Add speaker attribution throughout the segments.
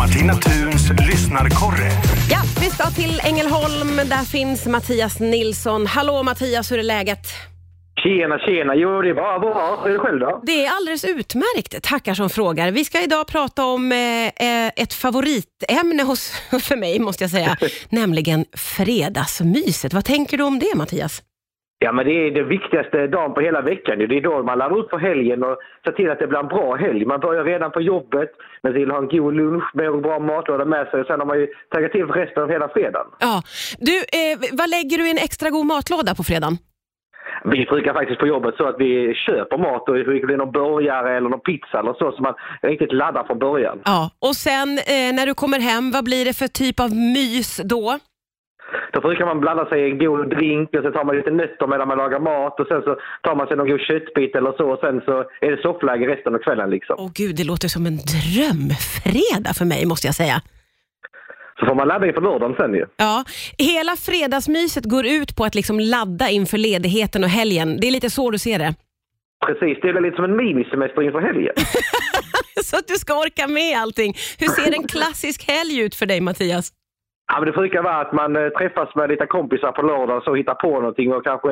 Speaker 1: Martina Thuns lyssnarkorre.
Speaker 2: Ja, vi ska till Ängelholm. Där finns Mattias Nilsson. Hallå Mattias, hur är läget?
Speaker 3: Tjena, tjena. Jo, det är bara bra. Hur är det själv då?
Speaker 2: Det är alldeles utmärkt, tackar som frågar. Vi ska idag prata om eh, eh, ett favoritämne hos, för mig, måste jag säga, nämligen fredagsmyset. Vad tänker du om det, Mattias?
Speaker 3: Ja, men det är den viktigaste dagen på hela veckan. ju. Det är då man laddar upp för helgen och ser till att det blir en bra helg. Man börjar redan på jobbet, man vill ha en god lunch, med en bra matlåda med sig och sen har man ju tagit till för resten av hela fredagen.
Speaker 2: Ja. Du, eh, vad lägger du i en extra god matlåda på fredagen?
Speaker 3: Vi brukar faktiskt på jobbet så att vi köper mat och det blir någon burgare eller någon pizza eller så, så man riktigt laddar från början.
Speaker 2: Ja. Och sen eh, när du kommer hem, vad blir det för typ av mys då?
Speaker 3: Då brukar man blanda sig i en god drink och så tar man lite nötter medan man lagar mat och sen så tar man sig någon god köttbit eller så och sen så är det soffläge resten av kvällen liksom.
Speaker 2: Åh gud, det låter som en drömfredag för mig, måste jag säga.
Speaker 3: Så får man ladda inför lördagen sen ju.
Speaker 2: Ja, hela fredagsmyset går ut på att liksom ladda inför ledigheten och helgen. Det är lite så du ser det.
Speaker 3: Precis, det är väl lite som en minisemester inför helgen.
Speaker 2: Så att du ska orka med allting. Hur ser en klassisk helg ut för dig Mattias?
Speaker 3: Ja, men det brukar vara att man eh, träffas med lite kompisar på lördagen och så hittar på någonting och kanske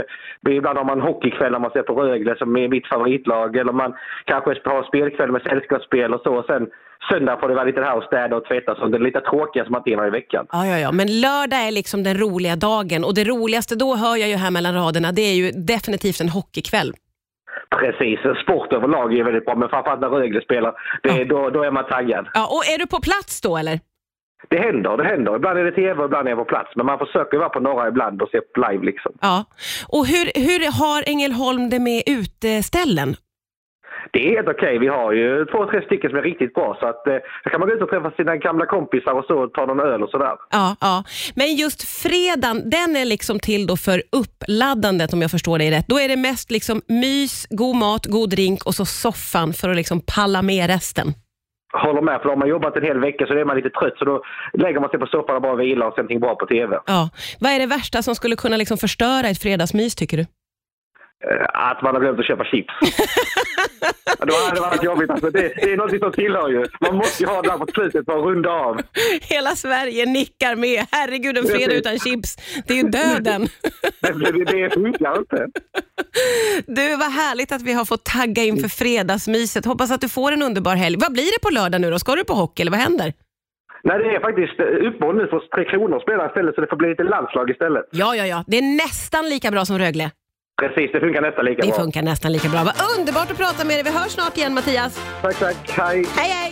Speaker 3: ibland har man hockeykväll när man ser på Rögle som är mitt favoritlag eller man kanske har spelkväll med sällskapsspel och så och sen söndag får det vara lite det här och städa och tvätta som det lite tråkigaste man hinner i veckan.
Speaker 2: Ja, ja, ja, men lördag är liksom den roliga dagen och det roligaste då hör jag ju här mellan raderna, det är ju definitivt en hockeykväll.
Speaker 3: Precis, sport överlag är ju väldigt bra men framförallt när Rögle spelar, det, är- då, då är man taggad.
Speaker 2: Ja, och är du på plats då eller?
Speaker 3: Det händer, det händer. Ibland är det tv och ibland är jag på plats men man försöker vara på några ibland och se live liksom.
Speaker 2: Ja. Och hur, hur har Ängelholm det med uteställen?
Speaker 3: Det är helt okej. Vi har ju två, tre stycken som är riktigt bra. Så att, eh, då kan man gå ut och träffa sina gamla kompisar och så och ta någon öl och sådär.
Speaker 2: Ja, ja. Men just fredagen, den är liksom till då för uppladdandet om jag förstår dig rätt. Då är det mest liksom mys, god mat, god drink och så soffan för att liksom palla med resten.
Speaker 3: Håller med, för då har man jobbat en hel vecka så är man lite trött. Så då lägger man sig på soffan och bara vilar och ser någonting bra på tv.
Speaker 2: Ja. Vad är det värsta som skulle kunna liksom förstöra ett fredagsmys tycker du?
Speaker 3: Eh, Att man har glömt att köpa chips. Ja, Då hade det varit jobbigt. Alltså, det, det är någonting som tillhör ju. Man måste ju ha det där på slutet för att runda av.
Speaker 2: Hela Sverige nickar med. Herregud, en fredag utan chips. Det är ju döden.
Speaker 3: Det, det, det funkar inte.
Speaker 2: Du, vad härligt att vi har fått tagga inför fredagsmyset. Hoppas att du får en underbar helg. Vad blir det på lördag nu då? Ska du på hockey eller vad händer?
Speaker 3: Nej, det är faktiskt eh, uppehåll nu för Tre Kronor spelar istället så det får bli lite landslag istället.
Speaker 2: Ja, ja, ja. Det är nästan lika bra som Rögle.
Speaker 3: Precis, det funkar nästan lika
Speaker 2: Det
Speaker 3: bra.
Speaker 2: funkar nästan lika bra. Vad underbart att prata med dig. Vi hörs snart igen Mattias.
Speaker 3: Tack, tack. Hej.
Speaker 2: Hej, hej!